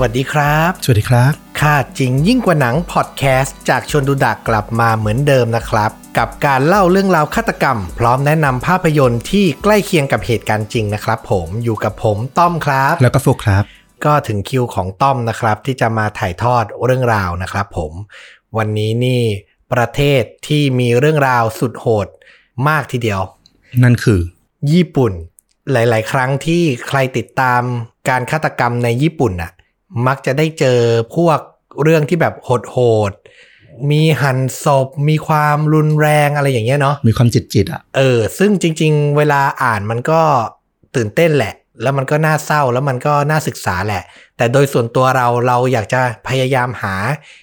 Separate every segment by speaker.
Speaker 1: วัสดีครับ
Speaker 2: สวัสดีครับ
Speaker 1: ค่าจริงยิ่งกว่าหนังพอดแคสต์จากชวนดูดักกลับมาเหมือนเดิมนะครับ กับการเล่าเรื่องราวฆาตกรรม พร้อมแนะนำภาพยนตร์ที่ใกล้เคียงกับเหตุการณ์จริงนะครับผมอยู่กับผมต้อมครับ
Speaker 2: แล้วก็โฟกครับ
Speaker 1: ก็ถึงคิวของต้อมนะครับ ที่จะมาถ่ายทอดเรื่องราวนะครับผม วันนี้นี่ประเทศที่มีเรื่องราวสุดโหดมากทีเดียว
Speaker 2: นั่นคือ
Speaker 1: ญี่ปุ่น หลาย ๆ ครั้งที่ใครติดตามการฆาตกรรมในญี่ปุ่นน่ะ มักจะได้เจอพวกเรื่องที่แบบโหดๆมีหั่นศพ มีความรุนแรงอะไรอย่างเงี้ยเนาะ
Speaker 2: มีความจิตจิตๆอ่ะ
Speaker 1: เออ ซึ่งจริง ๆ เวลาอ่านมันก็ตื่นเต้นแหละ แล้วมันก็น่าเศร้า แล้วมันก็น่าศึกษาแหละ แต่โดยส่วนตัวเราเราอยากจะพยายามหา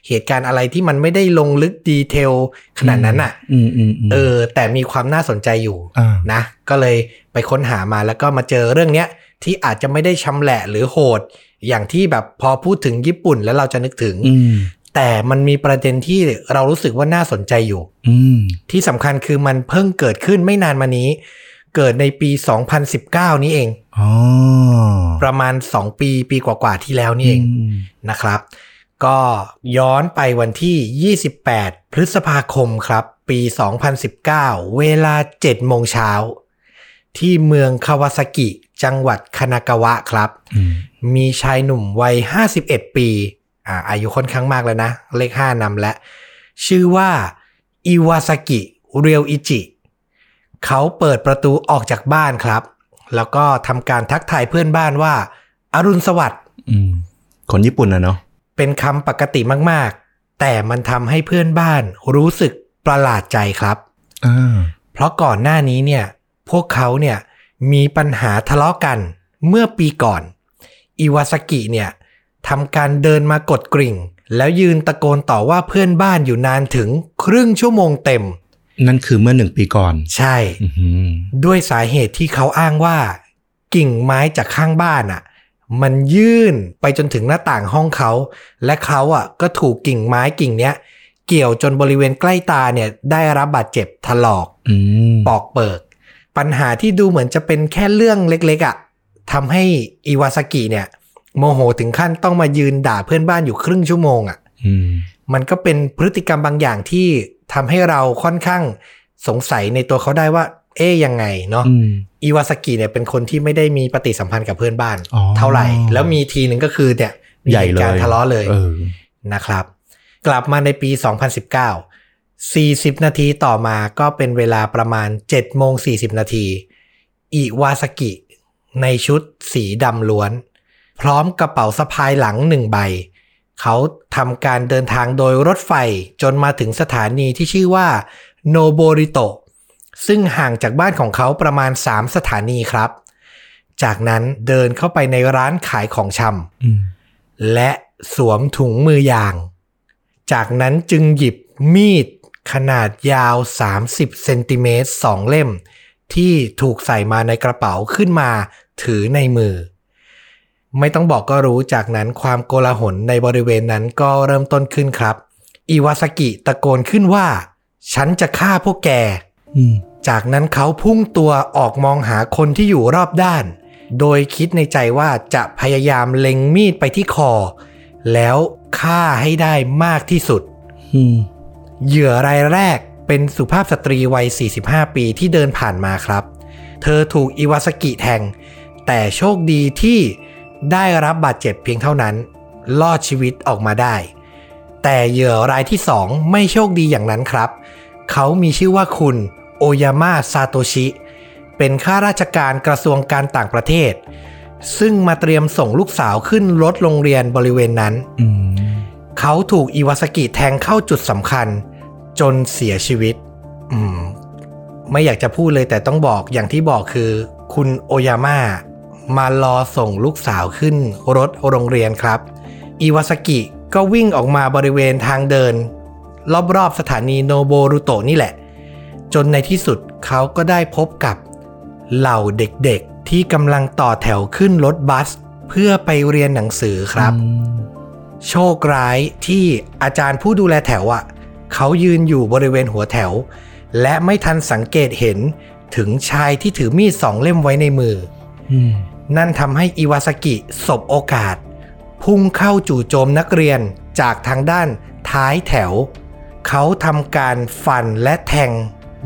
Speaker 1: เหตุการณ์อะไรที่มันไม่ได้ลงลึกดีเทลขนาดนั้นอ่ะ
Speaker 2: อืมอืมม
Speaker 1: เออ แต่มีความน่าสนใจอยู่
Speaker 2: อ่า
Speaker 1: นะก็เลยไปค้นหามาแล้วก็มาเจอเรื่องเนี้ยที่อาจจะไม่ได้ชำแหละหรือโหด อย่างที่แบบพอพูดถึงญี่ปุ่นแล้วเราจะนึกถึง
Speaker 2: อืม
Speaker 1: แต่มันมีประเด็นที่เรารู้สึกว่าน่าสนใจอยู่
Speaker 2: อืม
Speaker 1: ที่สำคัญคือมันเพิ่งเกิดขึ้นไม่นานมานี้ เกิดในปี 2019 นี้เอง
Speaker 2: อ๋อ
Speaker 1: ประมาณ 2 ปีปีกว่าๆที่แล้วนี่เอง
Speaker 2: ม
Speaker 1: นะครับ ก็ย้อนไปวันที่ 28 พฤษภาคมครับ ปี 2019 เวลา 7 โมงเช้า ที่เมืองคาวาซากิ จังหวัดคานากาวะครับ
Speaker 2: อืม
Speaker 1: มีชายหนุ่มวัย 51 ปีอ่าอายุค่อนข้างมากแล้วนะ เลข 5นำและ ชื่อว่าอิวาซากิ เรียวอิจิ เขาเปิดประตูออกจากบ้านครับ แล้วก็ทำการทักทายเพื่อนบ้านว่าอารุณสวัสดิ์
Speaker 2: อืม คนญี่ปุ่นนะเนาะ
Speaker 1: เป็นคำปกติมาก ๆ แต่มันทำให้เพื่อนบ้านรู้สึกประหลาดใจครับ
Speaker 2: อ่า
Speaker 1: เพราะก่อนหน้านี้เนี่ย พวกเขาเนี่ยมีปัญหาทะเลาะกันเมื่อปีก่อน อิวาสกิเนี่ยทำการเดินมากดกริ่ง แล้วยืนตะโกนต่อว่าเพื่อนบ้านอยู่นานถึงครึ่งชั่วโมงเต็ม
Speaker 2: นั่นคือเมื่อหนึ่งปีก่อน
Speaker 1: ใช่
Speaker 2: อืม
Speaker 1: ด้วยสาเหตุที่เขาอ้างว่า กิ่งไม้จากข้างบ้านอ่ะ มันยื่นไปจนถึงหน้าต่างห้องเขา และเขาอ่ะก็ถูกกิ่งไม้กิ่งเนี้ย เกี่ยวจนบริเวณใกล้ตาเนี่ยได้รับบาดเจ็บถลอก
Speaker 2: อืม
Speaker 1: ปอกเปิก ปัญหาที่ดูเหมือนจะเป็นแค่เรื่องเล็กๆอะ่ะทำให้อิวาสกิเนี่ย โมโหถึงขั้นต้องมายืนด่าเพื่อนบ้านอยู่ครึ่งชั่วโมงอะ่ะ
Speaker 2: อืม
Speaker 1: มันก็เป็นพฤติกรรมบางอย่างที่ทำให้เราค่อนข้างสงสัยในตัวเขาได้ว่า เอ๊ยยังไงเนาะ
Speaker 2: อืม
Speaker 1: อิวาสกิเนี่ยเป็นคนที่ไม่ได้มีปฏิสัมพันธ์กับเพื่อนบ้าน
Speaker 2: อ๋อ
Speaker 1: เท่าไหร่ แล้วมีทีหนึ่งก็คือเนี่ยมี
Speaker 2: ใหญ่
Speaker 1: ตุ
Speaker 2: เลย
Speaker 1: การณ์ทะเลาะเลย
Speaker 2: เออ
Speaker 1: นะครับ กลับมาในปี 2019 40 นาทีต่อมาก็เป็นเวลาประมาณ7โมง40 นาทีอิวาสกิ ในชุดสีดำล้วน พร้อมกระเป๋าสะพายหลังหนึ่งใบ เขาทำการเดินทางโดยรถไฟจนมาถึงสถานีที่ชื่อว่าโนโบริโตะซึ่งห่างจากบ้านของเขาประมาณ 3 สถานีครับ จากนั้นเดินเข้าไปในร้านขายของชำ
Speaker 2: อืม
Speaker 1: และสวมถุงมือยาง จากนั้นจึงหยิบมีดขนาดยาว 30 เซนติเมตรสองเล่ม ที่ถูกใส่มาในกระเป๋าขึ้นมาถือในมือ ไม่ต้องบอกก็รู้จากนั้นความโกลาหลในบริเวณนั้นก็เริ่มต้นขึ้นครับ อิวาสกิตะโกนขึ้นว่า ฉันจะฆ่าพวกแก
Speaker 2: อืม
Speaker 1: จากนั้นเขาพุ่งตัวออกมองหาคนที่อยู่รอบด้าน โดยคิดในใจว่าจะพยายามเล็งมีดไปที่คอ แล้วฆ่าให้ได้มากที่สุด
Speaker 2: อืม
Speaker 1: เหยื่อรายแรกเป็นสุภาพสตรีวัย 45 ปีที่เดินผ่านมาครับ เธอถูกอิวาสกิแทง แต่โชคดีที่ได้รับบาดเจ็บเพียงเท่านั้น รอดชีวิตออกมาได้ แต่เหยื่อรายที่สองไม่โชคดีอย่างนั้นครับ เขามีชื่อว่าคุณโอยาม่าซาโตชิ เป็นข้าราชการกระทรวงการต่างประเทศ ซึ่งมาเตรียมส่งลูกสาวขึ้นรถโรงเรียนบริเวณนั้น
Speaker 2: อืม
Speaker 1: เขาถูกอิวาสกิแทงเข้าจุดสำคัญ จนเสียชีวิต อืม ไม่อยากจะพูดเลยแต่ต้องบอกอย่างที่บอกคือ คุณโอยาม่ามารอส่งลูกสาวขึ้นรถโรงเรียนครับ อิวาสกิก็วิ่งออกมาบริเวณทางเดิน รอบๆสถานีโนโบรุโตะนี่แหละ จนในที่สุดเขาก็ได้พบกับเหล่าเด็กๆ ที่กำลังต่อแถวขึ้นรถบัส เพื่อไปเรียนหนังสือครับ โชคร้ายที่อาจารย์ผู้ดูแลแถวอะ่ะเขายืนอยู่บริเวณหัวแถว และไม่ทันสังเกตเห็นถึงชายที่ถือมีดสองเล่มไว้ในมือ
Speaker 2: อืม
Speaker 1: นั่นทำให้อิวาสกิสบโอกาส พุ่งเข้าจู่โจมนักเรียนจากทางด้านท้ายแถว เขาทำการฟันและแทง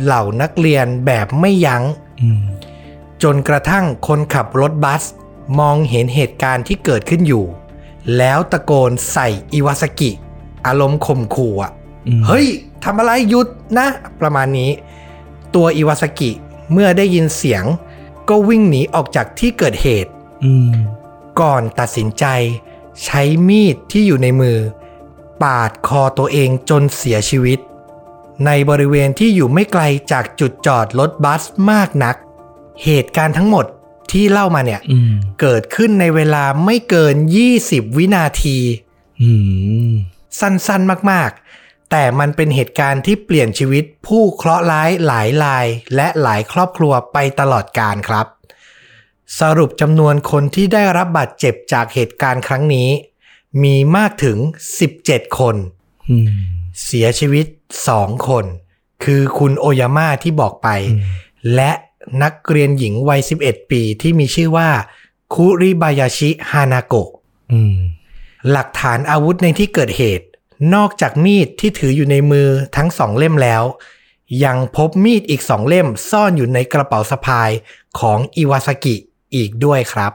Speaker 1: เหล่านักเรียนแบบไม่ยัง้ง
Speaker 2: อืม
Speaker 1: จนกระทั่งคนขับรถบัส มองเห็นเหตุการณ์ที่เกิดขึ้นอยู่ แล้วตะโกนใส่อิวาสกิ อารมณ์ข่มขู่อะ
Speaker 2: อืม
Speaker 1: เฮ้ย ทำอะไรหยุดนะ ประมาณนี้ ตัวอิวาสกิเมื่อได้ยินเสียง ก็วิ่งหนีออกจากที่เกิดเหตุ
Speaker 2: อืม
Speaker 1: ก่อนตัดสินใจ ใช้มีดที่อยู่ในมือ ปาดคอตัวเองจนเสียชีวิต ในบริเวณที่อยู่ไม่ไกลจากจุดจอดรถบัสมากนัก เหตุการณ์ทั้งหมดที่เล่ามาเนี่ย
Speaker 2: อืม
Speaker 1: เกิดขึ้นในเวลาไม่เกิน 20 วินาที
Speaker 2: อืม
Speaker 1: สั้นๆ มากๆ แต่มันเป็นเหตุการณ์ที่เปลี่ยนชีวิตผู้เคราะห์ร้ายหลายราย และหลายครอบครัวไปตลอดกาลครับ สรุปจำนวนคนที่ได้รับบาดเจ็บจากเหตุการณ์ครั้งนี้ มีมากถึง 17 คน
Speaker 2: อืม
Speaker 1: เสียชีวิต 2 คน คือคุณโอยาม่าที่บอกไป
Speaker 2: อืม
Speaker 1: และนักเรียนหญิงวัย 11 ปีที่มีชื่อว่า คุริบายาชิฮานาโกะ
Speaker 2: อืม
Speaker 1: หลักฐานอาวุธในที่เกิดเหตุ นอกจากมีดที่ถืออยู่ในมือทั้งสองเล่มแล้ว ยังพบมีดอีกสองเล่มซ่อนอยู่ในกระเป๋าสะพายของอิวาสกิอีกด้วยครับ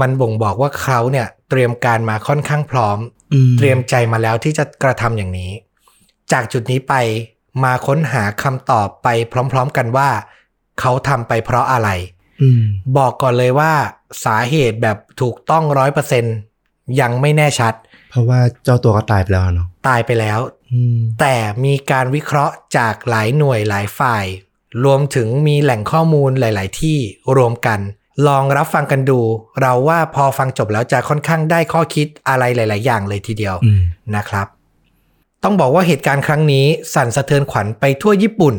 Speaker 1: มันบ่งบอกว่าเขาเนี่ยเตรียมการมาค่อนข้างพร้อม
Speaker 2: อืม
Speaker 1: เตรียมใจมาแล้วที่จะกระทำอย่างนี้ จากจุดนี้ไปมาค้นหาคำตอบไปพร้อมๆกันว่า เขาทำไปเพราะอะไร
Speaker 2: อืม
Speaker 1: บอกก่อนเลยว่าสาเหตุแบบถูกต้องร้อยเปอร์เซยังไม่แน่ชัด
Speaker 2: เพราะว่าเจ้าตัวก็ตายไปแล้วอะเนาะ
Speaker 1: ตายไปแล้ว
Speaker 2: อืม
Speaker 1: แต่มีการวิเคราะห์จากหลายหน่วยหลายฝ่าย รวมถึงมีแหล่งข้อมูลหลาย ๆ ที่รวมกัน ลองรับฟังกันดู เราว่าพอฟังจบแล้วจะค่อนข้างได้ข้อคิดอะไรหลาย ๆ อย่างเลยทีเดียว
Speaker 2: อืม
Speaker 1: นะครับ ต้องบอกว่าเหตุการณ์ครั้งนี้ สั่นสะเทือนขวัญไปทั่วญี่ปุ่น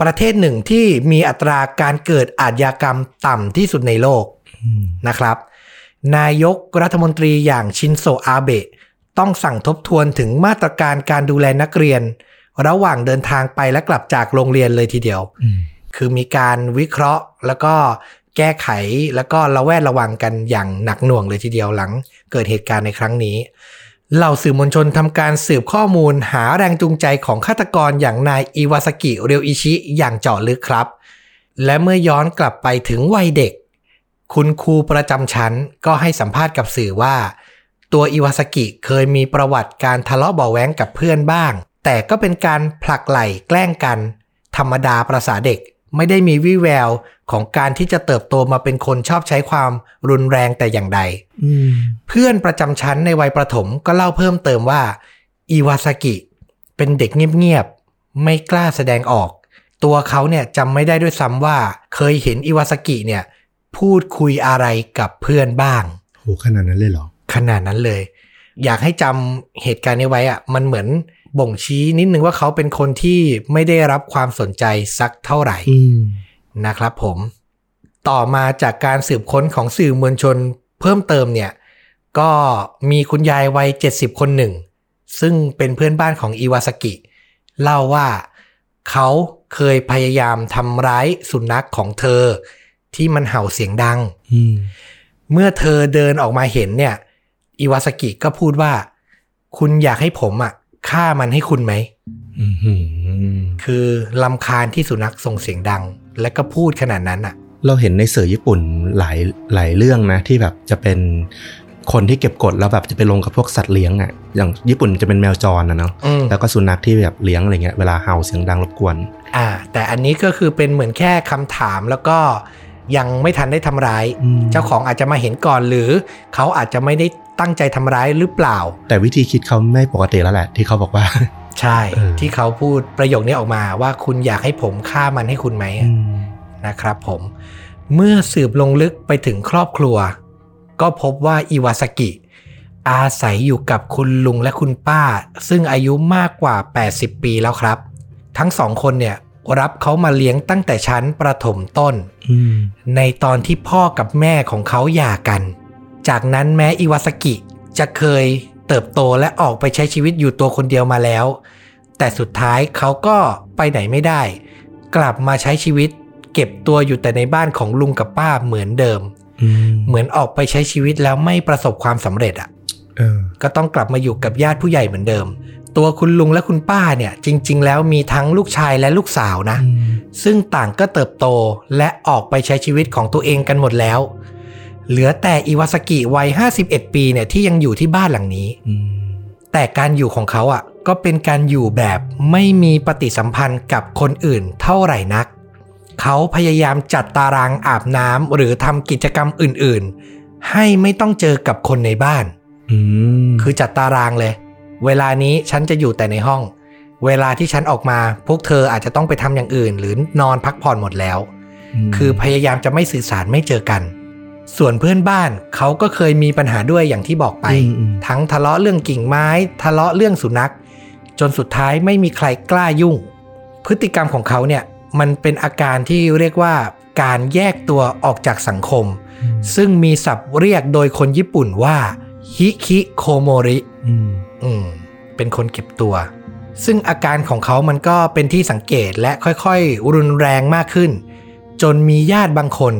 Speaker 1: ประเทศหนึ่งที่มีอัตราการเกิดอาชญากรรมต่ำที่สุดในโลก
Speaker 2: อืม
Speaker 1: นะครับ นายกรัฐมนตรีอย่างชินโซอาเบะต้องสั่งทบทวนถึงมาตรการการดูแลนักเรียน ระหว่างเดินทางไปและกลับจากโรงเรียนเลยทีเดียว
Speaker 2: อืม
Speaker 1: คือมีการวิเคราะห์แล้วก็แก้ไขแล้วก็ระแวดระวังกันอย่างหนักหน่วงเลยทีเดียวหลังเกิดเหตุการณ์ในครั้งนี้ เหล่าสื่อมวลชนทำการสืบข้อมูลหาแรงจูงใจของฆาตกรอย่างนายอิวาสกิเรียวอิชิอย่างเจาะลึกครับ และเมื่อย้อนกลับไปถึงวัยเด็ก คุณครูประจำชั้นก็ให้สัมภาษณ์กับสื่อว่า ตัวอิวาสกิเคยมีประวัติการทะเลาะเบาะแว้งกับเพื่อนบ้าง แต่ก็เป็นการผลักไหล่แกล้งกัน ธรรมดาประษาเด็กไม่ได้มีวี่แววของการที่จะเติบโตมาเป็นคนชอบใช้ความรุนแรงแต่อย่างใด
Speaker 2: อืม
Speaker 1: เพื่อนประจำชั้นในวัยประถมก็เล่าเพิ่มเติมว่าอิวาสกิเป็นเด็กเงียบๆ ไม่กล้าแสดงออก ตัวเขาเนี่ยจำไม่ได้ด้วยซ้ำว่า เคยเห็นอิวาสกิเนี่ยพูดคุยอะไรกับเพื่อนบ้าง
Speaker 2: โหขนาดนั้นเลยเหรอ
Speaker 1: ขนาดนั้นเลย อยากให้จำเหตุการณ์นี้ไว้อะมันเหมือนบ่งชี้นิดนึงว่าเขาเป็นคนที่ไม่ได้รับความสนใจสักเท่าไหร่
Speaker 2: อืม
Speaker 1: นะครับผม ต่อมาจากการสืบค้นของสื่อมวลชนเพิ่มเติมเนี่ย ก็มีคุณยายวัย 70 คนหนึ่ง ซึ่งเป็นเพื่อนบ้านของอิวาสกิ เล่าว่าเขาเคยพยายามทำร้ายสุนัขของเธอ ที่มันเห่าเสียงดัง
Speaker 2: อืม
Speaker 1: เมื่อเธอเดินออกมาเห็นเนี่ย อิวาสกิก็พูดว่า คุณอยากให้ผมอ่ะฆ่ามันให้คุณไหม
Speaker 2: อืมหืม
Speaker 1: คือลำคาญที่สุนัขส่งเสียงดัง และก็พูดขนาดนั้นอ่ะ
Speaker 2: เราเห็นในสื่อญี่ปุ่นหลายหลายเรื่องนะ ที่แบบจะเป็นคนที่เก็บกดแล้วแบบจะไปลงกับพวกสัตว์เลี้ยงอะ่ะ อย่างญี่ปุ่นจะเป็นแมวจรนะเนาะ
Speaker 1: อืม
Speaker 2: แล้วก็สุนัขที่แบบเลี้ยงอะไรเงี้ยเวลาเห่าเสียงดังรบกวน
Speaker 1: อ่าแต่อันนี้ก็คือเป็นเหมือนแค่คำถามแล้วก็ยังไม่ทันได้ทำร้าย
Speaker 2: อืม
Speaker 1: เจ้าของอาจจะมาเห็นก่อนหรือ เขาอาจจะไม่ได้ตั้งใจทำร้ายหรือเปล่า
Speaker 2: แต่วิธีคิดเขาไม่ปกติแล้วแหละ ที่เขาบอกว่า
Speaker 1: ใช่
Speaker 2: เออ
Speaker 1: ที่เขาพูดประโยคนี้ออกมาว่าคุณอยากให้ผมฆ่ามันให้คุณไหมอะ
Speaker 2: อืม
Speaker 1: นะครับผม เมื่อสืบลงลึกไปถึงครอบครัว ก็พบว่าอิวาสกิ อาศัยอยู่กับคุณลุงและคุณป้า ซึ่งอายุมากกว่า 80 ปีแล้วครับ ทั้งสองคนเนี่ยรับเขามาเลี้ยงตั้งแต่ชั้นประถมต้น
Speaker 2: อืม
Speaker 1: ในตอนที่พ่อกับแม่ของเขาหย่ากัน จากนั้นแม้อิวาสกิจะเคยเติบโตและออกไปใช้ชีวิตอยู่ตัวคนเดียวมาแล้ว แต่สุดท้ายเขาก็ไปไหนไม่ได้ กลับมาใช้ชีวิต เก็บตัวอยู่แต่ในบ้านของลุงกับป้าเหมือนเดิม
Speaker 2: อืม
Speaker 1: เหมือนออกไปใช้ชีวิตแล้วไม่ประสบความสำเร็จอะ
Speaker 2: เออ
Speaker 1: ก็ต้องกลับมาอยู่กับญาติผู้ใหญ่เหมือนเดิม ตัวคุณลุงและคุณป้าเนี่ย จริง ๆ แล้วมีทั้งลูกชายและลูกสาวนะ ซึ่งต่างก็เติบโตและออกไปใช้ชีวิตของตัวเองกันหมดแล้ว เหลือแต่อิวาสกิวัย 51 ปีเนี่ยที่ยังอยู่ที่บ้านหลังนี้
Speaker 2: อืม
Speaker 1: แต่การอยู่ของเขาอ่ะก็เป็นการอยู่แบบไม่มีปฏิสัมพันธ์กับคนอื่นเท่าไหร่นัก เขาพยายามจัดตารางอาบน้ำหรือทำกิจกรรมอื่นๆ ให้ไม่ต้องเจอกับคนในบ้าน
Speaker 2: อืม
Speaker 1: คือจัดตารางเลย เวลานี้ฉันจะอยู่แต่ในห้อง เวลาที่ฉันออกมา พวกเธออาจจะต้องไปทำอย่างอื่น หรือนอนพักผ่อนหมดแล้ว
Speaker 2: ม
Speaker 1: คือพยายามจะไม่สื่อสารไม่เจอกัน ส่วนเพื่อนบ้านเขาก็เคยมีปัญหาด้วยอย่างที่บอกไป
Speaker 2: อืมอืม
Speaker 1: ทั้งทะเลาะเรื่องกิ่งไม้ ทะเลาะเรื่องสุนัข จนสุดท้ายไม่มีใครกล้ายุ่ง พฤติกรรมของเขาเนี่ยมันเป็นอาการที่เรียกว่าการแยกตัวออกจากสังคม ซึ่งมีศัพท์เรียกโดยคนญี่ปุ่นว่าฮิคิโคโมริ
Speaker 2: อืม
Speaker 1: อืม เป็นคนเก็บตัว ซึ่งอาการของเขามันก็เป็นที่สังเกตและค่อยๆ รุนแรงมากขึ้น จนมีญาติบางคน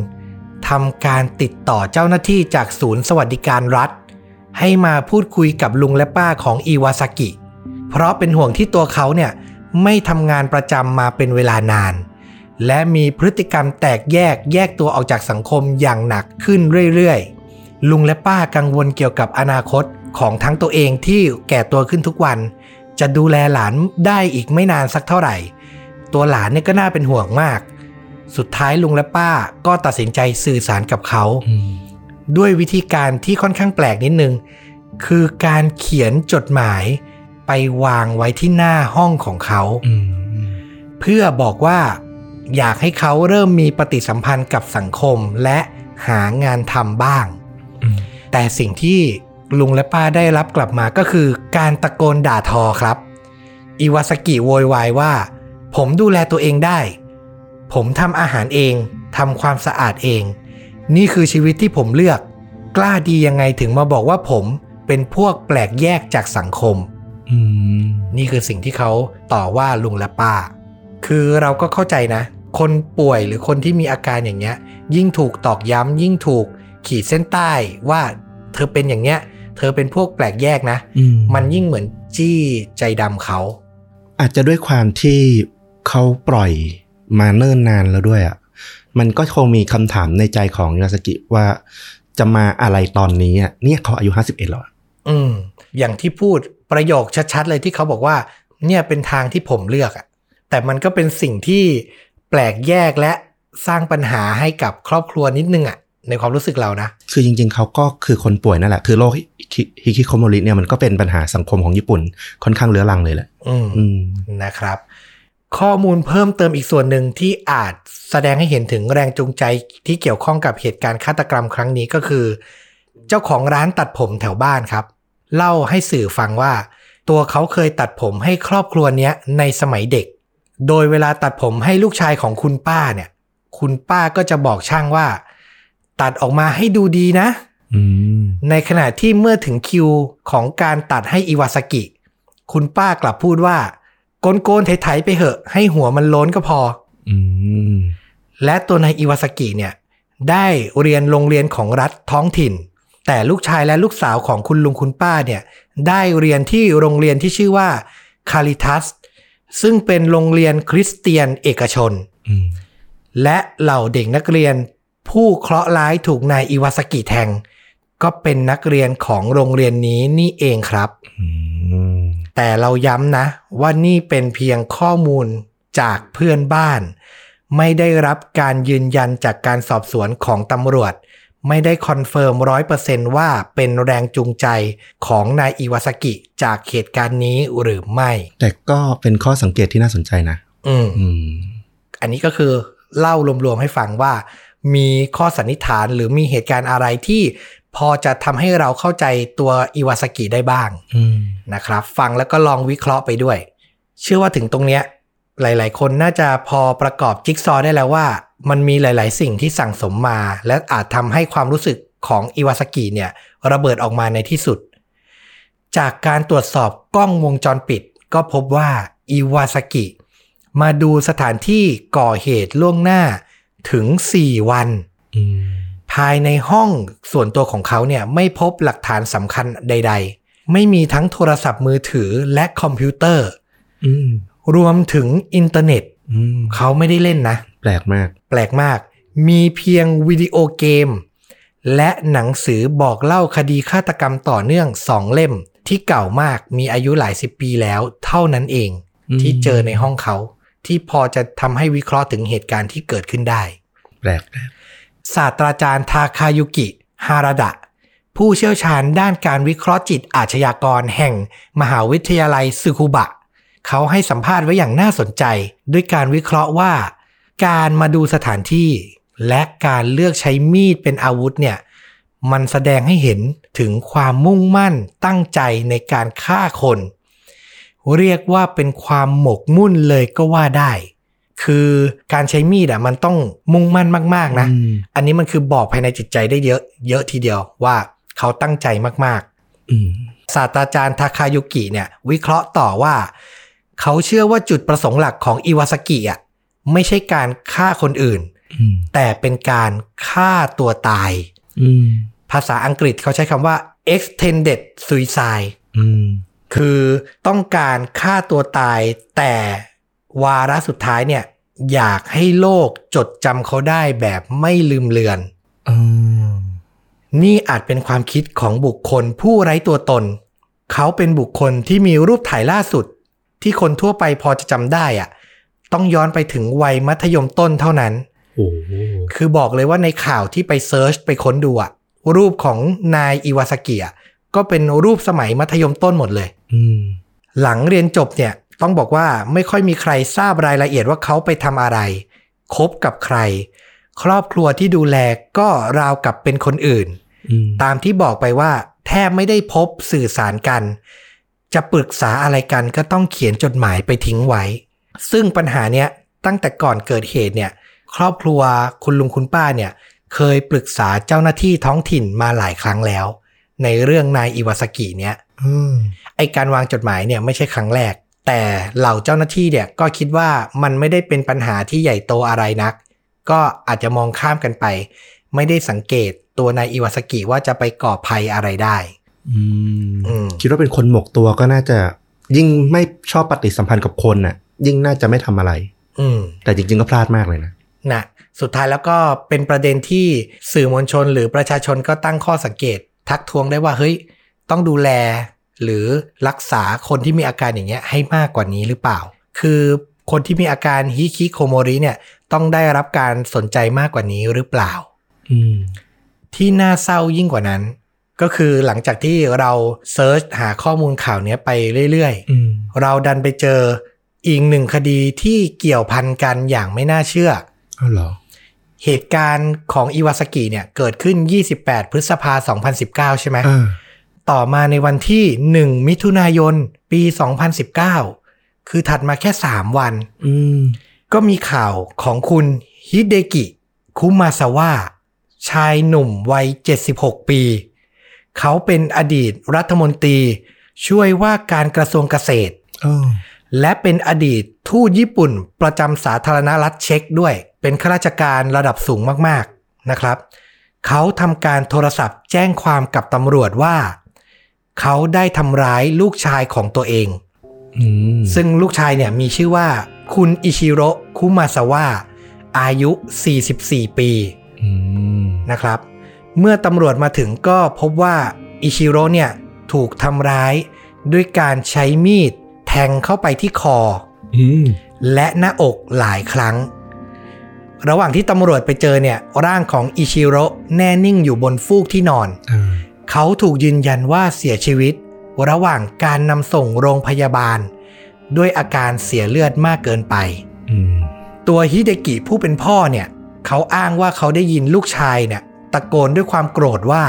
Speaker 1: ทำการติดต่อเจ้าหน้าที่จากศูนย์สวัสดิการรัฐ ให้มาพูดคุยกับลุงและป้าของอิวาซากิ เพราะเป็นห่วงที่ตัวเขาเนี่ย ไม่ทำงานประจำมาเป็นเวลานาน และมีพฤติกรรมแตกแยกแยกตัวออกจากสังคมอย่างหนักขึ้นเรื่อยๆ ลุงและป้ากังวลเกี่ยวกับอนาคตของทั้งตัวเองที่แก่ตัวขึ้นทุกวัน จะดูแลหลานได้อีกไม่นานสักเท่าไหร่ ตัวหลานเนี่ยก็น่าเป็นห่วงมาก สุดท้ายลุงและป้าก็ตัดสินใจสื่อสารกับเขา
Speaker 2: อืม
Speaker 1: ด้วยวิธีการที่ค่อนข้างแปลกนิดนึง คือการเขียนจดหมาย ไปวางไว้ที่หน้าห้องของเขา
Speaker 2: อืมอืม
Speaker 1: เพื่อบอกว่าอยากให้เขาเริ่มมีปฏิสัมพันธ์กับสังคมและหางานทำบ้าง
Speaker 2: อืม
Speaker 1: แต่สิ่งที่ลุงและป้าได้รับกลับมาก็คือการตะโกนด่าทอครับ อิวาสกิโวยวายว่า ผมดูแลตัวเองได้ ผมทำอาหารเองทำความสะอาดเอง นี่คือชีวิตที่ผมเลือก กล้าดียังไงถึงมาบอกว่าผมเป็นพวกแปลกแยกจากสังคม
Speaker 2: อืม
Speaker 1: นี่คือสิ่งที่เขาต่อว่าลุงและป้า คือเราก็เข้าใจนะ คนป่วยหรือคนที่มีอาการอย่างเงี้ย ยิ่งถูกตอกย้ำ ยิ่งถูกขีดเส้นใต้ว่าเธอเป็นอย่างเงี้ย เธอเป็นพวกแปลกแยกนะ
Speaker 2: อืม
Speaker 1: มันยิ่งเหมือนจี้ใจดำเขา
Speaker 2: อาจจะด้วยความที่เขาปล่อยมาเนิ่นนานแล้วด้วยอะ่ะ มันก็คงมีคำถามในใจของยาสกิว่าจะมาอะไรตอนนี้อ่ะ เนี่ยเขาอายุห้าสิบเอ็ดแล้วอะ
Speaker 1: อืม อย่างที่พูดประโยคชัดๆเลยที่เขาบอกว่า เนี่ยเป็นทางที่ผมเลือกอะแต่มันก็เป็นสิ่งที่แปลกแยกและสร้างปัญหาให้กับครอบครัวนิดนึงอะในความรู้สึกเรานะ
Speaker 2: คือจริงๆ เขาก็คือคนป่วยนั่นแหละ คือโรคฮิคิโคโมริเนี่ยมันก็เป็นปัญหาสังคมของญี่ปุ่นค่อนข้างเรื้อรังเลยแหละ
Speaker 1: อืม
Speaker 2: อืม
Speaker 1: นะครับ ข้อมูลเพิ่มเติมอีกส่วนหนึ่งที่อาจแสดงให้เห็นถึงแรงจูงใจที่เกี่ยวข้องกับเหตุการณ์ฆาตกรรมครั้งนี้ก็คือ เจ้าของร้านตัดผมแถวบ้านครับ เล่าให้สื่อฟังว่า ตัวเขาเคยตัดผมให้ครอบครัวเนี้ยในสมัยเด็ก โดยเวลาตัดผมให้ลูกชายของคุณป้าเนี่ย คุณป้าก็จะบอกช่างว่า ตัดออกมาให้ดูดีนะ
Speaker 2: อืม
Speaker 1: ในขณะที่เมื่อถึงคิวของการตัดให้อิวาสกิ คุณป้ากลับพูดว่า โกนโกนๆไถๆไปเหอะ ให้หัวมันโล้นก็พอ
Speaker 2: อืม
Speaker 1: และตัวนายอิวาสกิเนี่ย ได้เรียนโรงเรียนของรัฐท้องถิ่น แต่ลูกชายและลูกสาวของคุณลุงคุณป้าเนี่ย ได้เรียนที่โรงเรียนที่ชื่อว่าคาริทัสซึ่งเป็นโรงเรียนคริสเตียนเอกชน
Speaker 2: อืม
Speaker 1: และเหล่าเด็กนักเรียน ผู้เคราะห์ร้ายถูกนายอิวาสกิแทง ก็เป็นนักเรียนของโรงเรียนนี้นี่เองครับ
Speaker 2: อืม
Speaker 1: แต่เราย้ำนะว่านี่เป็นเพียงข้อมูลจากเพื่อนบ้าน ไม่ได้รับการยืนยันจากการสอบสวนของตำรวจ ไม่ได้คอนเฟิร์มร้อยเปอร์เซนว่าเป็นแรงจูงใจของนายอิวาสกิจากเหตุการณ์นี้หรือไม่
Speaker 2: แต่ก็เป็นข้อสังเกตที่น่าสนใจนะ
Speaker 1: อืม
Speaker 2: อืม
Speaker 1: อันนี้ก็คือเล่ารวมๆให้ฟังว่า มีข้อสันนิษฐานหรือมีเหตุการณ์อะไรที่พอจะทำให้เราเข้าใจตัวอิวาสกิได้บ้าง
Speaker 2: อืม
Speaker 1: นะครับ ฟังแล้วก็ลองวิเคราะห์ไปด้วย เชื่อว่าถึงตรงเนี้ย หลายๆ คนน่าจะพอประกอบจิ๊กซอว์ได้แล้วว่า มันมีหลายๆ สิ่งที่สั่งสมมา และอาจทำให้ความรู้สึกของอิวาสกิเนี่ยระเบิดออกมาในที่สุด จากการตรวจสอบกล้องวงจรปิด ก็พบว่าอิวาสกิ มาดูสถานที่ก่อเหตุล่วงหน้าถึง 4 วัน
Speaker 2: อืม
Speaker 1: ภายในห้องส่วนตัวของเขาเนี่ยไม่พบหลักฐานสำคัญใด ๆ ไม่มีทั้งโทรศัพท์มือถือและคอมพิวเตอร์
Speaker 2: อืม
Speaker 1: รวมถึงอินเทอร์เน็ต
Speaker 2: อืม
Speaker 1: เขาไม่ได้เล่นนะ
Speaker 2: แปลกมาก
Speaker 1: แปลกมาก มีเพียงวิดีโอเกม และหนังสือบอกเล่าคดีฆาตกรรมต่อเนื่องสองเล่ม ที่เก่ามากมีอายุหลายสิบปีแล้ว เท่านั้นเอง
Speaker 2: อืม
Speaker 1: ที่เจอในห้องเขา ที่พอจะทำให้วิเคราะห์ถึงเหตุการณ์ที่เกิดขึ้นได้
Speaker 2: แปลกแปลก
Speaker 1: ศาสตราจารย์ทาคายุกิฮาราดะ ผู้เชี่ยวชาญด้านการวิเคราะห์จิตอาชญากรแห่งมหาวิทยาลัยซึคุบะ เขาให้สัมภาษณ์ไว้อย่างน่าสนใจ ด้วยการวิเคราะห์ว่า การมาดูสถานที่ และการเลือกใช้มีดเป็นอาวุธเนี่ย มันแสดงให้เห็นถึงความมุ่งมั่นตั้งใจในการฆ่าคน เรียกว่าเป็นความหมกมุ่นเลยก็ว่าได้ คือการใช้มีดอ่ะมันต้องมุ่งมั่นมากๆนะ
Speaker 2: อืม
Speaker 1: อันนี้มันคือบอกภายในจิตใจได้เยอะ เยอะทีเดียวว่าเขาตั้งใจมาก
Speaker 2: อืม
Speaker 1: ๆ ศาสตราจารย์ทาคายุกิเนี่ย วิเคราะห์ต่อว่า เขาเชื่อว่าจุดประสงค์หลักของอิวาสกิอ่ะไม่ใช่การฆ่าคนอื่น
Speaker 2: อืม
Speaker 1: แต่เป็นการฆ่าตัวตาย
Speaker 2: อืม
Speaker 1: ภาษาอังกฤษเขาใช้คำว่า extended suicide
Speaker 2: อืม
Speaker 1: คือต้องการฆ่าตัวตายแต่วาระสุดท้ายเนี่ยอยากให้โลกจดจำเขาได้แบบไม่ลืมเลือน
Speaker 2: อ่า
Speaker 1: นี่อาจเป็นความคิดของบุคคลผู้ไร้ตัวตน เขาเป็นบุคคลที่มีรูปถ่ายล่าสุด ที่คนทั่วไปพอจะจำได้อะต้องย้อนไปถึงวัยมัธยมต้นเท่านั้น
Speaker 2: โอ้โห
Speaker 1: คือบอกเลยว่าในข่าวที่ไปเซิร์ชไปค้นดูอะรูปของนายอิวาสกิอะก็เป็นรูปสมัยมัธยมต้นหมดเลย
Speaker 2: อืม
Speaker 1: หลังเรียนจบเนี่ยต้องบอกว่าไม่ค่อยมีใครทราบรายละเอียดว่าเขาไปทำอะไร คบกับใคร ครอบครัวที่ดูแลก็ราวกับเป็นคนอื่น
Speaker 2: อืม
Speaker 1: ตามที่บอกไปว่า แทบไม่ได้พบสื่อสารกัน จะปรึกษาอะไรกันก็ต้องเขียนจดหมายไปทิ้งไว้ ซึ่งปัญหาเนี้ยตั้งแต่ก่อนเกิดเหตุเนี่ย ครอบครัวคุณลุงคุณป้าเนี่ย เคยปรึกษาเจ้าหน้าที่ท้องถิ่นมาหลายครั้งแล้ว ในเรื่องนายอิวาสกิเนี่ย
Speaker 2: อ่า
Speaker 1: ไอการวางจดหมายเนี่ยไม่ใช่ครั้งแรก แต่เหล่าเจ้าหน้าที่เนี่ยก็คิดว่ามันไม่ได้เป็นปัญหาที่ใหญ่โตอะไรนัก ก็อาจจะมองข้ามกันไป ไม่ได้สังเกตตัวนายอิวาสกิว่าจะไปก่อภัยอะไรได้
Speaker 2: อืม
Speaker 1: อืม
Speaker 2: คิดว่าเป็นคนหมกตัวก็น่าจะยิ่งไม่ชอบปฏิสัมพันธ์กับคนน่ะ ยิ่งน่าจะไม่ทำอะไร
Speaker 1: อืม
Speaker 2: แต่จริงๆก็พลาดมากเลยนะ
Speaker 1: นะสุดท้ายแล้วก็เป็นประเด็นที่สื่อมวลชนหรือประชาชนก็ตั้งข้อสังเกต ทักท้วงได้ว่าเฮ้ยต้องดูแล หรือรักษาคนที่มีอาการอย่างเงี้ยให้มากกว่านี้หรือเปล่า คือคนที่มีอาการฮิคิโคโมริเนี่ยต้องได้รับการสนใจมากกว่านี้หรือเปล่า
Speaker 2: อืม
Speaker 1: ที่น่าเศร้ายิ่งกว่านั้น ก็คือหลังจากที่เราเซิร์ชหาข้อมูลข่าวเนี้ยไปเรื่อย
Speaker 2: อืม
Speaker 1: ๆ เราดันไปเจออีกหนึ่งคดีที่เกี่ยวพันกันอย่างไม่น่าเชื่อ
Speaker 2: อ้าวเหรอ
Speaker 1: เหตุการณ์ของอิวาสกิเนี่ยเกิดขึ้น 28 พฤษภา 2019 ใช่ไหม
Speaker 2: อ่า
Speaker 1: ต่อมาในวันที่ 1 มิถุนายน ปี 2019 คือถัดมาแค่ 3 วัน
Speaker 2: อืม
Speaker 1: ก็มีข่าวของคุณฮิเดกิคุมาซาวะชายหนุ่มวัย 76 ปี เขาเป็นอดีตรัฐมนตรี ช่วยว่าการกระทรวงเกษตร
Speaker 2: อ้าว
Speaker 1: และเป็นอดีตทูตญี่ปุ่นประจำสาธารณรัฐเช็กด้วย เป็นข้าราชการระดับสูงมากๆนะครับ เขาทำการโทรศัพท์แจ้งความกับตำรวจว่า เขาได้ทำร้ายลูกชายของตัวเอง
Speaker 2: อืม
Speaker 1: ซึ่งลูกชายเนี่ยมีชื่อว่า คุณอิชิโร่คุมาซาวะอายุ 44 ปี
Speaker 2: อืม
Speaker 1: นะครับ เมื่อตำรวจมาถึงก็พบว่าอิชิโร่เนี่ยถูกทำร้ายด้วยการใช้มีดแทงเข้าไปที่คอ
Speaker 2: อืม
Speaker 1: และหน้าอกหลายครั้ง ระหว่างที่ตำรวจไปเจอเนี่ย ร่างของอิชิโร่แน่นิ่งอยู่บนฟูกที่นอน
Speaker 2: อ่า
Speaker 1: เขาถูกยืนยันว่าเสียชีวิต ระหว่างการนำส่งโรงพยาบาล ด้วยอาการเสียเลือดมากเกินไป
Speaker 2: อืม
Speaker 1: ตัวฮิเดกิผู้เป็นพ่อเนี่ย เขาอ้างว่าเขาได้ยินลูกชายเนี่ย ตะโกนด้วยความโกรธว่า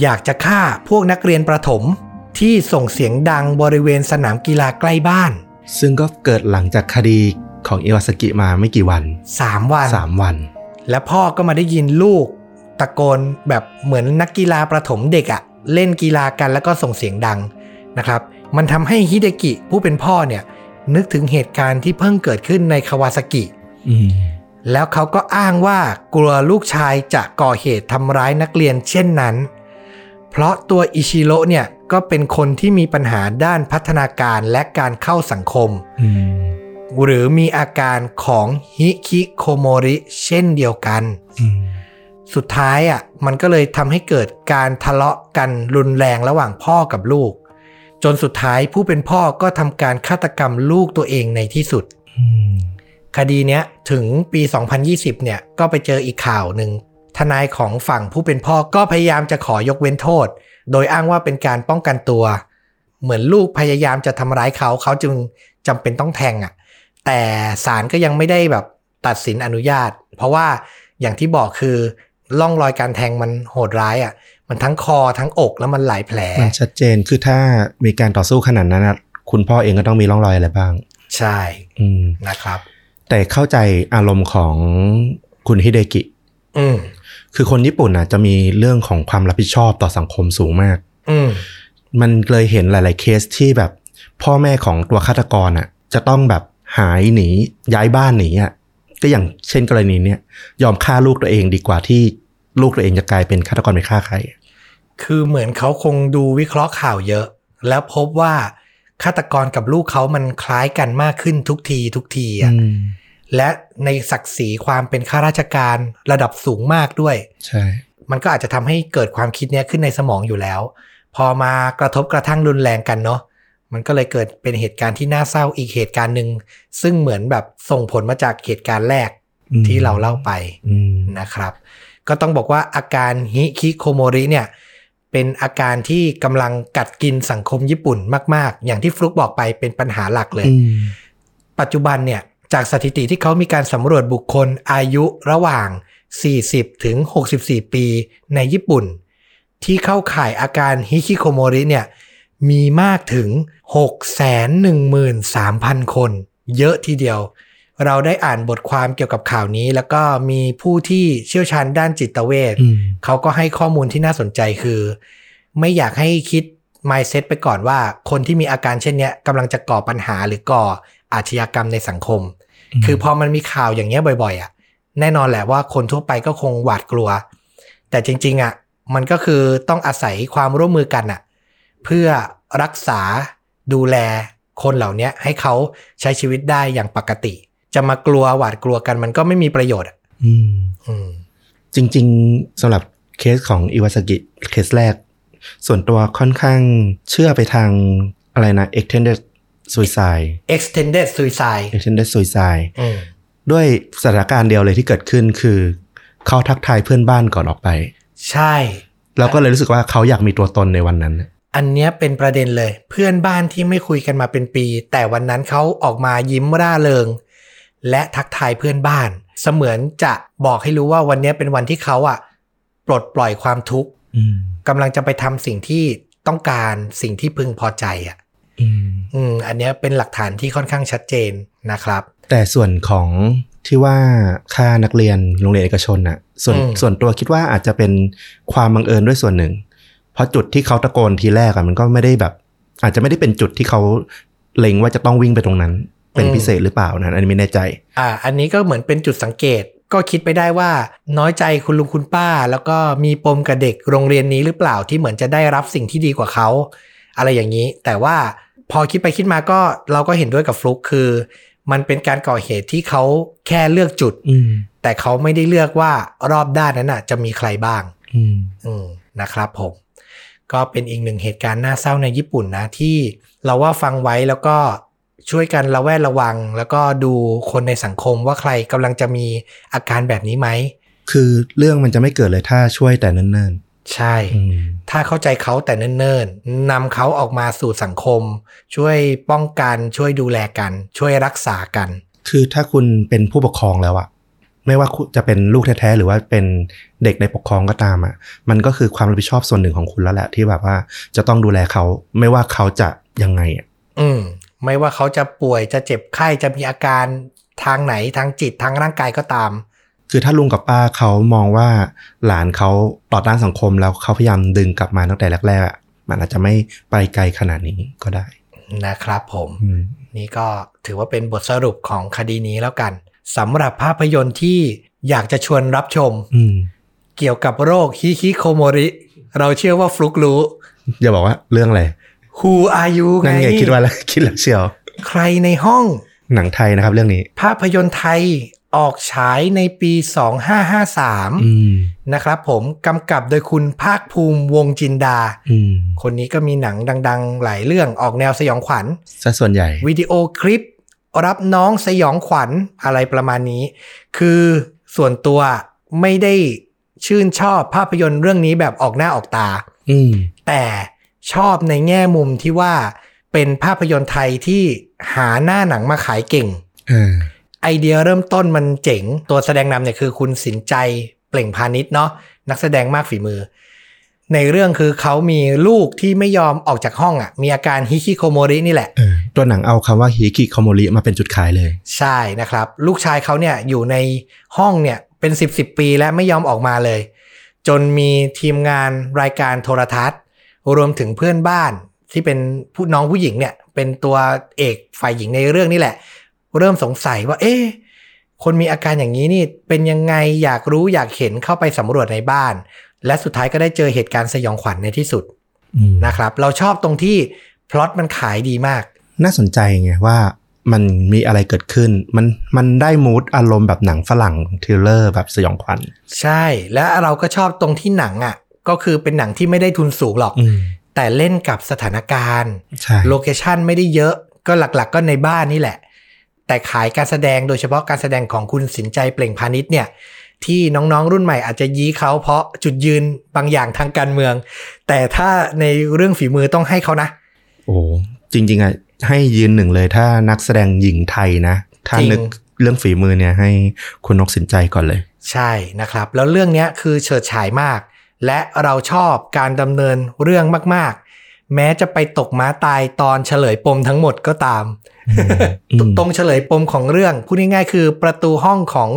Speaker 1: อยากจะฆ่าพวกนักเรียนประถมที่ส่งเสียงดังบริเวณสนามกีฬาใกล้บ้าน
Speaker 2: ซึ่งก็เกิดหลังจากคดีของอิวาสกิมาไม่กี่วัน
Speaker 1: 3 วัน
Speaker 2: สามวัน
Speaker 1: และพ่อก็มาได้ยินลูก ตะโกนแบบเหมือนนักกีฬาประถมเด็กอะเล่นกีฬากันแล้วก็ส่งเสียงดังนะครับ มันทำให้ฮิเดกิผู้เป็นพ่อเนี่ย นึกถึงเหตุการณ์ที่เพิ่งเกิดขึ้นในคาวาซากิ
Speaker 2: อืม
Speaker 1: แล้วเขาก็อ้างว่ากลัวลูกชายจะก่อเหตุทำร้ายนักเรียนเช่นนั้น เพราะตัวอิชิโร่เนี่ยก็เป็นคนที่มีปัญหาด้านพัฒนาการและการเข้าสังคม
Speaker 2: อืม
Speaker 1: หรือมีอาการของฮิคิโคโมริเช่นเดียวกัน
Speaker 2: อืม
Speaker 1: สุดท้ายอ่ะมันก็เลยทำให้เกิดการทะเลาะกันรุนแรงระหว่างพ่อกับลูก จนสุดท้ายผู้เป็นพ่อก็ทำการฆาตกรรมลูกตัวเองในที่สุด
Speaker 2: อืม
Speaker 1: คดีเนี้ยถึงปี 2020 เนี่ยก็ไปเจออีกข่าวหนึ่งทนายของฝั่งผู้เป็นพ่อก็พยายามจะขอยกเว้นโทษ โดยอ้างว่าเป็นการป้องกันตัว เหมือนลูกพยายามจะทำร้ายเขาเขาจึงจำเป็นต้องแทงอะ่ะแต่ศาลก็ยังไม่ได้แบบตัดสินอนุญาต เพราะว่าอย่างที่บอกคือร่องรอยการแทงมันโหดร้ายอะ่ะมันทั้งคอทั้งอกแล้วมันหลายแผล
Speaker 2: มันชัดเจนคือถ้ามีการต่อสู้ขนาดนั้นอะคุณพ่อเองก็ต้องมีร่องรอยอะไรบ้าง
Speaker 1: ใช่
Speaker 2: อืม
Speaker 1: นะครับ
Speaker 2: แต่เข้าใจอารมณ์ของคุณฮิเดกิ
Speaker 1: อืม
Speaker 2: คือคนญี่ปุ่นน่ะจะมีเรื่องของความรับผิดชอบต่อสังคมสูงมาก
Speaker 1: อืม
Speaker 2: มันเลยเห็นหลาย ๆ เคสที่แบบ พ่อแม่ของตัวฆาตกรอ่ะ จะต้องแบบหายหนีย้ายบ้านหนีอ่ะก็อย่างเช่นกรณีเนี้ยยอมฆ่าลูกตัวเองดีกว่าที่ลูกตัวเองจะกลายเป็นฆาตกรไปฆ่าใคร
Speaker 1: คือเหมือนเขาคงดูวิเคราะห์ข่าวเยอะ แล้วพบว่าฆาตกรกับลูกเขามันคล้ายกันมากขึ้นทุกทีทุกทีอ่ะ
Speaker 2: อืม
Speaker 1: และในศักดิ์ศรีความเป็นข้าราชการระดับสูงมากด้วย
Speaker 2: ใช่
Speaker 1: มันก็อาจจะทำให้เกิดความคิดเนี้ยขึ้นในสมองอยู่แล้ว พอมากระทบกระทั่งรุนแรงกันเนาะ มันก็เลยเกิดเป็นเหตุการณ์ที่น่าเศร้าอีกเหตุการณ์หนึ่ง ซึ่งเหมือนแบบส่งผลมาจากเหตุการณ์แรก
Speaker 2: อืม
Speaker 1: ที่เราเล่าไป
Speaker 2: อืม
Speaker 1: นะครับ ก็ต้องบอกว่าอาการฮิคิโคโมริเนี่ย เป็นอาการที่กำลังกัดกินสังคมญี่ปุ่นมาก ๆ อย่างที่ฟลุกบอกไปเป็นปัญหาหลักเลย
Speaker 2: อืม
Speaker 1: ปัจจุบันเนี่ย จากสถิติที่เขามีการสำรวจบุคคลอายุระหว่าง 40 ถึง 64 ปีในญี่ปุ่น ที่เข้าข่ายอาการฮิคิโคโมริเนี่ย มีมากถึง 613,000 คน เยอะทีเดียว เราได้อ่านบทความเกี่ยวกับข่าวนี้ แล้วก็มีผู้ที่เชี่ยวชาญด้านจิตเวช
Speaker 2: อืม
Speaker 1: เขาก็ให้ข้อมูลที่น่าสนใจคือ ไม่อยากให้คิด mindset ไปก่อนว่า คนที่มีอาการเช่นเนี้ยกำลังจะก่อปัญหาหรือก่ออาชญากรรมในสังคม คือพอมันมีข่าวอย่างเงี้ยบ่อยๆอ่ะแน่นอนแหละว่าคนทั่วไปก็คงหวาดกลัว แต่จริงๆอ่ะมันก็คือต้องอาศัยความร่วมมือกันอ่ะเพื่อรักษาดูแลคนเหล่าเนี้ยให้เขาใช้ชีวิตได้อย่างปกติ จะมากลัวหวาดกลัวกันมันก็ไม่มีประโยชน์อะ
Speaker 2: อืม
Speaker 1: อืม
Speaker 2: จริงๆสำหรับเคสของอิวาสกิเคสแรก ส่วนตัวค่อนข้างเชื่อไปทางอะไรนะ extended suicide
Speaker 1: extended suicide
Speaker 2: extended suicide
Speaker 1: อืม
Speaker 2: ด้วยสถานการณ์เดียวเลยที่เกิดขึ้นคือ เขาทักทายเพื่อนบ้านก่อนออกไป
Speaker 1: ใช่
Speaker 2: แล้วก็เลยรู้สึกว่าเขาอยากมีตัวตนในวันนั้นน่ะ
Speaker 1: อันเนี้ยเป็นประเด็นเลย เพื่อนบ้านที่ไม่คุยกันมาเป็นปี แต่วันนั้นเขาออกมายิ้มร่าเริง และทักทายเพื่อนบ้าน เสมือนจะบอกให้รู้ว่าวันเนี้ยเป็นวันที่เขาอะปลดปล่อยความทุกข์กำลังจะไปทำสิ่งที่ต้องการสิ่งที่พึงพอใจอะอืม อันเนี้ยเป็นหลักฐานที่ค่อนข้างชัดเจนนะครับ
Speaker 2: แต่ส่วนของที่ว่าค่านักเรียนโรงเรียนเอกชนน่ะ ส่วน
Speaker 1: อืม
Speaker 2: ส่วนตัวคิดว่าอาจจะเป็นความบังเอิญด้วยส่วนหนึ่ง เพราะจุดที่เขาตะโกนทีแรกอะมันก็ไม่ได้แบบ อาจจะไม่ได้เป็นจุดที่เขาเล็งว่าจะต้องวิ่งไปตรงนั้น เป็นพิเศษหรือเปล่านะอันนี้ไม่แน่ใจ
Speaker 1: อ่า อันนี้ก็เหมือนเป็นจุดสังเกต ก็คิดไปได้ว่า น้อยใจคุณลุงคุณป้า แล้วก็มีปมกับเด็กโรงเรียนนี้หรือเปล่าที่เหมือนจะได้รับสิ่งที่ดีกว่าเขา อะไรอย่างนี้ แต่ว่าพอคิดไปคิดมาก็เราก็เห็นด้วยกับฟลุกคือ มันเป็นการก่อเหตุที่เขาแค่เลือกจุด
Speaker 2: อืม
Speaker 1: แต่เขาไม่ได้เลือกว่ารอบด้านนั้นน่ะ จะมีใครบ้าง
Speaker 2: อืม
Speaker 1: อืมนะครับผม ก็เป็นอีกหนึ่งเหตุการณ์น่าเศร้าในญี่ปุ่นนะ ที่เราว่าฟังไว้แล้วก็ช่วยกันระแวดระวัง แล้วก็ดูคนในสังคมว่าใครกำลังจะมีอาการแบบนี้ไหม
Speaker 2: คือเรื่องมันจะไม่เกิดเลยถ้าช่วยแต่เนิ่น
Speaker 1: ใช่
Speaker 2: ๆอืม
Speaker 1: ถ้าเข้าใจเขาแต่เนิ่นๆนำเขาออกมาสู่สังคม ช่วยป้องกัน ช่วยดูแลกัน ช่วยรักษากัน
Speaker 2: คือถ้าคุณเป็นผู้ปกครองแล้วอะไม่ว่าคุณจะเป็นลูกแท้ๆหรือว่าเป็นเด็กในปกครองก็ตามอะมันก็คือความรับผิดชอบส่วนหนึ่งของคุณแล้วแหละที่แบบว่าจะต้องดูแลเขาไม่ว่าเขาจะยังไงอะ
Speaker 1: อืม ไม่ว่าเขาจะป่วยจะเจ็บไข้จะมีอาการทางไหนทางจิตทางร่างกายก็ตาม
Speaker 2: คือถ้าลุงกับป้าเขามองว่าหลานเขาต่อต้านสังคมแล้วเขาพยายามดึงกลับมาตั้งแต่แรกๆอะมันอาจจะไม่ไปไกลขนาดนี้ก็ได้
Speaker 1: นะครับผม
Speaker 2: อืม
Speaker 1: นี่ก็ถือว่าเป็นบทสรุปของคดีนี้แล้วกัน สำหรับภาพยนตร์ที่อยากจะชวนรับชม
Speaker 2: อืม
Speaker 1: เกี่ยวกับโรคฮิคิโคโมริ เราเชื่อว่าฟลุกรู้
Speaker 2: อย่าบอกว่าเรื่องอะไร
Speaker 1: Who are you ไง
Speaker 2: นั่นไงคิดว่าแล้ว คิดแล้วเชียว
Speaker 1: ใครในห้อง
Speaker 2: หนังไทยนะครับ เรื่องนี้
Speaker 1: ภาพยนตร์ไทยออกฉายในปี
Speaker 2: อื
Speaker 1: 2553
Speaker 2: ม
Speaker 1: นะครับผมกำกับโดยคุณภาคภูมิวงจินดา
Speaker 2: อืม
Speaker 1: คนนี้ก็มีหนังดังๆ หลายเรื่องออกแนวสยองขวัญ
Speaker 2: ซะส่วนใหญ่
Speaker 1: วิดีโอคลิป รับน้องสยองขวัญอะไรประมาณนี้ คือส่วนตัวไม่ได้ชื่นชอบภาพยนตร์เรื่องนี้แบบออกหน้าออกตา
Speaker 2: อืม
Speaker 1: แต่ชอบในแง่มุมที่ว่าเป็นภาพยนตร์ไทยที่หาหน้าหนังมาขายเก่ง
Speaker 2: อ่า
Speaker 1: ไอเดียเริ่มต้นมันเจ๋ง ตัวแสดงนำเนี่ยคือคุณสินใจเปล่งพาณิชย์เนาะนักแสดงมากฝีมือ ในเรื่องคือเขามีลูกที่ไม่ยอมออกจากห้องอะ่ะ มีอาการฮิคิโคโมรินี่แหละ
Speaker 2: เออตัวหนังเอาคำว่าฮิกิคอมโมริมาเป็นจุดขายเลย
Speaker 1: ใช่นะครับ ลูกชายเขาเนี่ยอยู่ในห้องเนี่ยเป็น 10บสปีและไม่ยอมออกมาเลย จนมีทีมงานรายการโทรทัศน์ รวมถึงเพื่อนบ้านที่เป็นผู้น้องผู้หญิงเนี่ยเป็นตัวเอกฝ่ายหญิงในเรื่องนี่แหละ เริ่มสงสัยว่า เอ๊ะคนมีอาการอย่างนี้นี่เป็นยังไงอยากรู้อยากเห็นเข้าไปสำรวจในบ้าน และสุดท้ายก็ได้เจอเหตุการณ์สยองขวัญในที่สุด
Speaker 2: อืม
Speaker 1: นะครับ เราชอบตรงที่พล็อตมันขายดีมาก
Speaker 2: น่าสนใจไงว่ามันมีอะไรเกิดขึ้น มันมันได้มูดอารมณ์แบบหนังฝรั่งทริลเลอร์แบบสยองขวัญ
Speaker 1: ใช่และเราก็ชอบตรงที่หนังอ่ะก็คือเป็นหนังที่ไม่ได้ทุนสูงหรอก
Speaker 2: อืม
Speaker 1: แต่เล่นกับสถานการณ์
Speaker 2: ใช่
Speaker 1: โลเคชันไม่ได้เยอะก็หลักๆ ก็ในบ้านนี่แหละ แต่ขายการแสดงโดยเฉพาะการแสดงของคุณสินใจเปล่งพาณิชย์เนี่ย ที่น้องๆรุ่นใหม่อาจจะยี้เขาเพราะจุดยืนบางอย่างทางการเมือง แต่ถ้าในเรื่องฝีมือต้องให้เขานะ
Speaker 2: โอ้จริง ๆอ่ะให้ยืนหนึ่งเลยถ้านักแสดงหญิงไทยนะ ถ้า
Speaker 1: จริง
Speaker 2: นึกเรื่องฝีมือเนี่ยให้คุณนกสินใจก่อนเลย
Speaker 1: ใช่นะครับ แล้วเรื่องเนี้ยคือเฉิดฉายมาก และเราชอบการดำเนินเรื่องมากๆ แม้จะไปตกม้าตายตอนเฉลยปมทั้งหมดก็ตาม
Speaker 2: อืม
Speaker 1: ตรงเฉลยปมของเรื่องพูดง่ายๆคือประตูห้องของ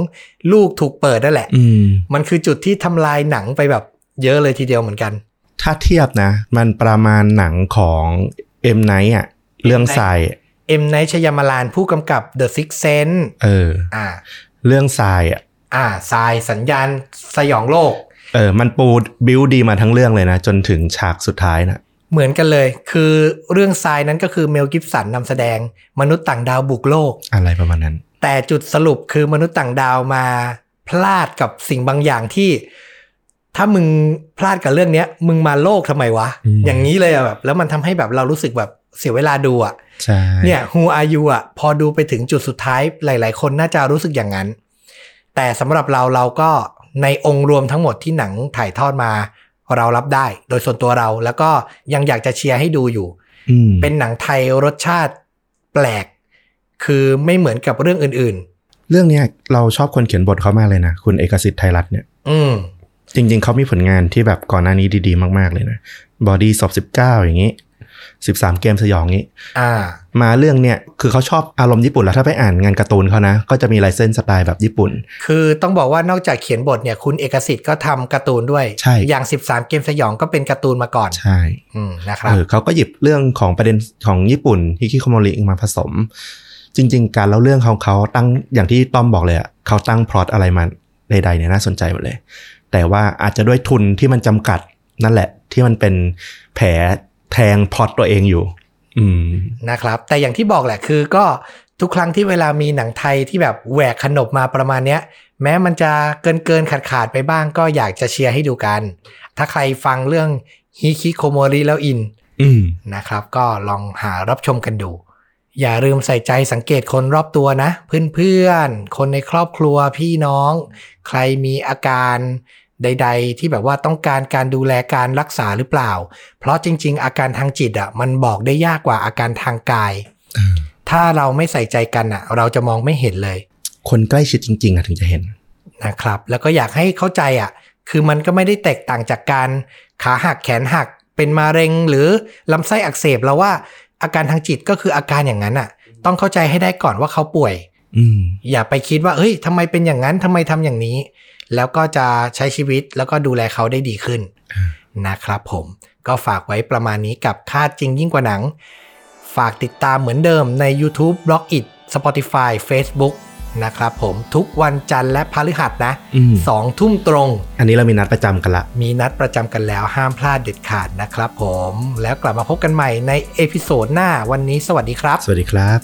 Speaker 1: ลูกถูกเปิดนั่นแหละ
Speaker 2: อืม
Speaker 1: มันคือจุดที่ทำลายหนังไปแบบเยอะเลยทีเดียวเหมือนกัน
Speaker 2: ถ้าเทียบนะ มันประมาณหนังของเอ็มไนท์อ่ะเรื่อง
Speaker 1: M. Night
Speaker 2: สาย
Speaker 1: เอ็มไนท์ชยามารานผู้กำกับ The Six Sense
Speaker 2: เออ
Speaker 1: อ่า
Speaker 2: เรื่องสายอ่ะ
Speaker 1: อ่าทรายสัญญาณสยองโลก
Speaker 2: เออ มันปูบิวดีมาทั้งเรื่องเลยนะ จนถึงฉากสุดท้ายนะ
Speaker 1: เหมือนกันเลย คือเรื่องทรายนั้นก็คือเมลกิฟสันนำแสดงมนุษย์ต่างดาวบุกโลก
Speaker 2: อะไรประมาณนั้น
Speaker 1: แต่จุดสรุปคือมนุษย์ต่างดาวมาพลาดกับสิ่งบางอย่างที่ ถ้ามึงพลาดกับเรื่องเนี้ย มึงมาโลกทำไมวะ
Speaker 2: อืม
Speaker 1: อย่างนี้เลยอะแบบ แล้วมันทำให้แบบเรารู้สึกแบบเสียเวลาดูอะ
Speaker 2: ใช่
Speaker 1: เนี่ย Who are you อะพอดูไปถึงจุดสุดท้ายหลาย ๆ คนน่าจะรู้สึกอย่างนั้น แต่สำหรับเราเราก็ในองค์รวมทั้งหมดที่หนังถ่ายทอดมา เรารับได้ โดยส่วนตัวเราแล้วก็ยังอยากจะเชียร์ให้ดูอยู่
Speaker 2: อืม
Speaker 1: เป็นหนังไทยรสชาติแปลก คือไม่เหมือนกับเรื่องอื่น ๆ
Speaker 2: เรื่องเนี้ยเราชอบคนเขียนบทเขามากเลยนะ คุณเอกสิทธิ์ไทยรัตน์เนี่ย
Speaker 1: อืม
Speaker 2: จริง ๆ เขามีผลงานที่แบบก่อนหน้านี้ดี ๆ มาก ๆ เลยนะบอดี้สอบสิบเก้าอย่างนี้สิบสามเกมสยองอย่างนี้
Speaker 1: อ่า
Speaker 2: มาเรื่องเนี่ยคือเขาชอบอารมณ์ญี่ปุ่นแล้วถ้าไปอ่านงานการ์ตูนเขานะ ก็จะมีลายเส้นสไตล์แบบญี่ปุ่น
Speaker 1: คือต้องบอกว่านอกจากเขียนบทเนี่ยคุณเอกสิทธิ์ก็ทำการ์ตูนด้วย
Speaker 2: ใช่
Speaker 1: อย่าง 13 เกมสยองก็เป็นการ์ตูนมาก่อน
Speaker 2: ใช่
Speaker 1: อืม นะครับ
Speaker 2: เออเขาก็หยิบเรื่องของประเด็นของญี่ปุ่นฮิคิโคโมริมาผสม จริง ๆ การเล่าเรื่องของเขาตั้งอย่างที่ต้อมบอกเลยอะเขาตั้งพล็อตอะไรมาใดๆเนี่ยน่าสนใจหมดเลย แต่ว่าอาจจะด้วยทุนที่มันจำกัดนั่นแหละ ที่มันเป็นแผลแทงพล็อตตัวเองอยู่ อืม
Speaker 1: นะครับ แต่อย่างที่บอกแหละคือก็ทุกครั้งที่เวลามีหนังไทยที่แบบแหวกขนบมาประมาณเนี้ย แม้มันจะเกินเกินขาดขาดๆไปบ้างก็อยากจะเชียร์ให้ดูกัน ถ้าใครฟังเรื่องฮิคิโคโมริแล้วอิน
Speaker 2: อืม
Speaker 1: นะครับก็ลองหารับชมกันดู อย่าลืมใส่ใจสังเกตคนรอบตัวนะ เพื่อนๆ คนในครอบครัวพี่น้อง ใครมีอาการใด ๆ ที่แบบว่าต้องการการดูแลการรักษาหรือเปล่า เพราะจริง ๆ อาการทางจิตอ่ะมันบอกได้ยากกว่าอาการทางกาย
Speaker 2: อืม
Speaker 1: ถ้าเราไม่ใส่ใจกันอ่ะ เราจะมองไม่เห็นเลย
Speaker 2: คนใกล้ชิดจริง ๆอะถึงจะเห็น
Speaker 1: นะครับแล้วก็อยากให้เข้าใจอ่ะ คือมันก็ไม่ได้แตกต่างจากการขาหักแขนหักเป็นมะเร็งหรือลำไส้อักเสบแล้วว่าอาการทางจิตก็คืออาการอย่างนั้นอ่ะ ต้องเข้าใจให้ได้ก่อนว่าเขาป่วย
Speaker 2: อืม
Speaker 1: อย่าไปคิดว่าเฮ้ยทำไมเป็นอย่างนั้นทำไมทำอย่างนี้ แล้วก็จะใช้ชีวิตแล้วก็ดูแลเขาได้ดีขึ้นนะครับผมก็ฝากไว้ประมาณนี้กับค่าจริงยิ่งกว่าหนัง ฝากติดตามเหมือนเดิมใน YouTube b l o g i t Spotify Facebook นะครับผมทุกวันจันทร์และพฤหัสนะ
Speaker 2: อืม
Speaker 1: สองทุ่มตรง
Speaker 2: อันนี้เรามีนัดประจำกันละ
Speaker 1: มีนัดประจำกันแล้วห้ามพลาดเด็ดขาดนะครับผมแล้วกลับมาพบกันใหม่ในเอพิโซดหน้าวันนี้สวัสดีครับ
Speaker 2: สวัสดีครับ